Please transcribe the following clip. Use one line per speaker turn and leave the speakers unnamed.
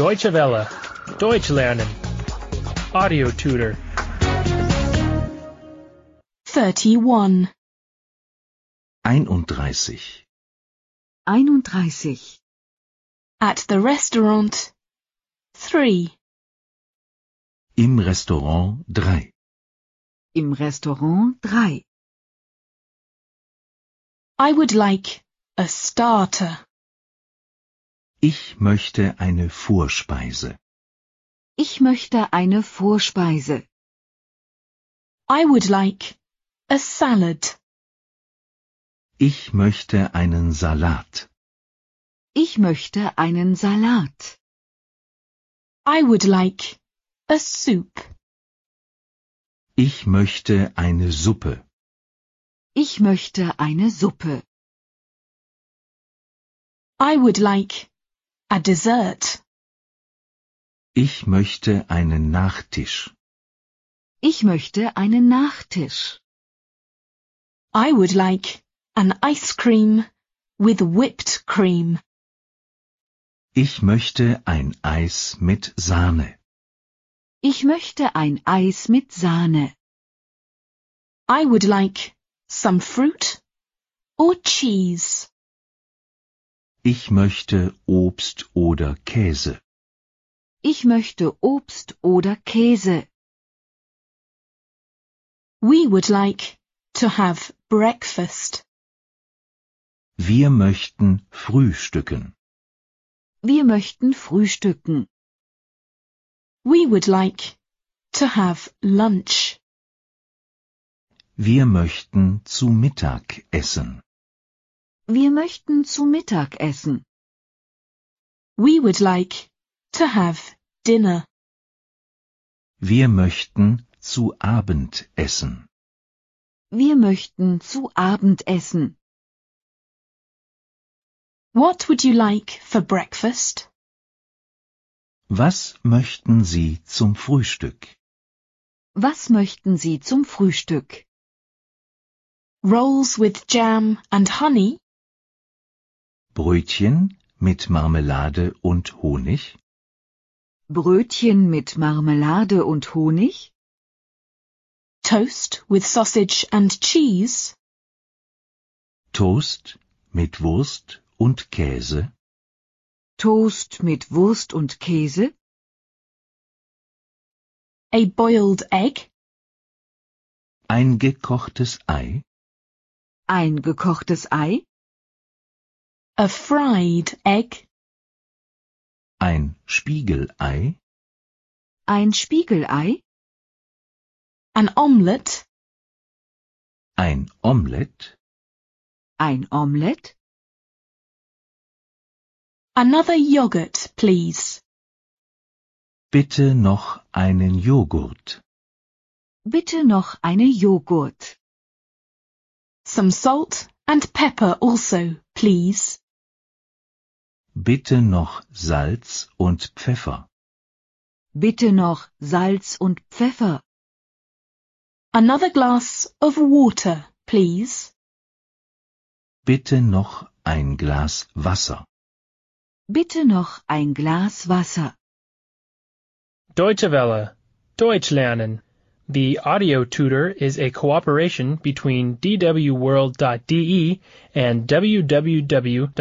Deutsche Welle. Deutsch lernen. Audio tutor.
31.
31.
31.
At the restaurant. 3.
Im Restaurant 3.
Im Restaurant 3.
I would like a starter.
Ich möchte eine Vorspeise.
Ich möchte eine Vorspeise.
I would like a salad.
Ich möchte einen Salat.
Ich möchte einen Salat.
I would like a soup.
Ich möchte eine Suppe.
Ich möchte eine Suppe.
I would like a dessert.
Ich möchte einen Nachtisch.
Ich möchte einen Nachtisch.
I would like an ice cream with whipped cream.
Ich möchte ein Eis mit Sahne.
Ich möchte ein Eis mit Sahne.
I would like some fruit or cheese.
Ich möchte Obst oder Käse.
Ich möchte Obst oder Käse.
We would like to have breakfast.
Wir möchten frühstücken.
Wir möchten frühstücken.
We would like to have lunch.
Wir möchten zu Mittag essen.
Wir möchten zu Mittag essen.
We would like to have dinner.
Wir möchten zu Abend essen.
Wir möchten zu Abend essen.
What would you like for breakfast?
Was möchten Sie zum Frühstück?
Was möchten Sie zum Frühstück?
Rolls with jam and honey?
Brötchen mit Marmelade und Honig?
Brötchen mit Marmelade und Honig?
Toast with sausage and cheese?
Toast mit Wurst und Käse?
Toast mit Wurst und Käse?
A boiled egg?
Ein gekochtes Ei?
Ein gekochtes Ei?
A fried egg?
Ein Spiegelei?
Ein Spiegelei?
An omelette?
Ein Omelett?
Ein Omelett?
Another yogurt, please.
Bitte noch einen Joghurt.
Bitte noch eine Joghurt.
Some salt and pepper also, please.
Bitte noch Salz und Pfeffer.
Bitte noch Salz und Pfeffer.
Another glass of water, please.
Bitte noch ein Glas Wasser.
Bitte noch ein Glas Wasser.
Deutsche Welle. Deutsch lernen. The audio tutor is a cooperation between E dwworld.de and www.book2.de.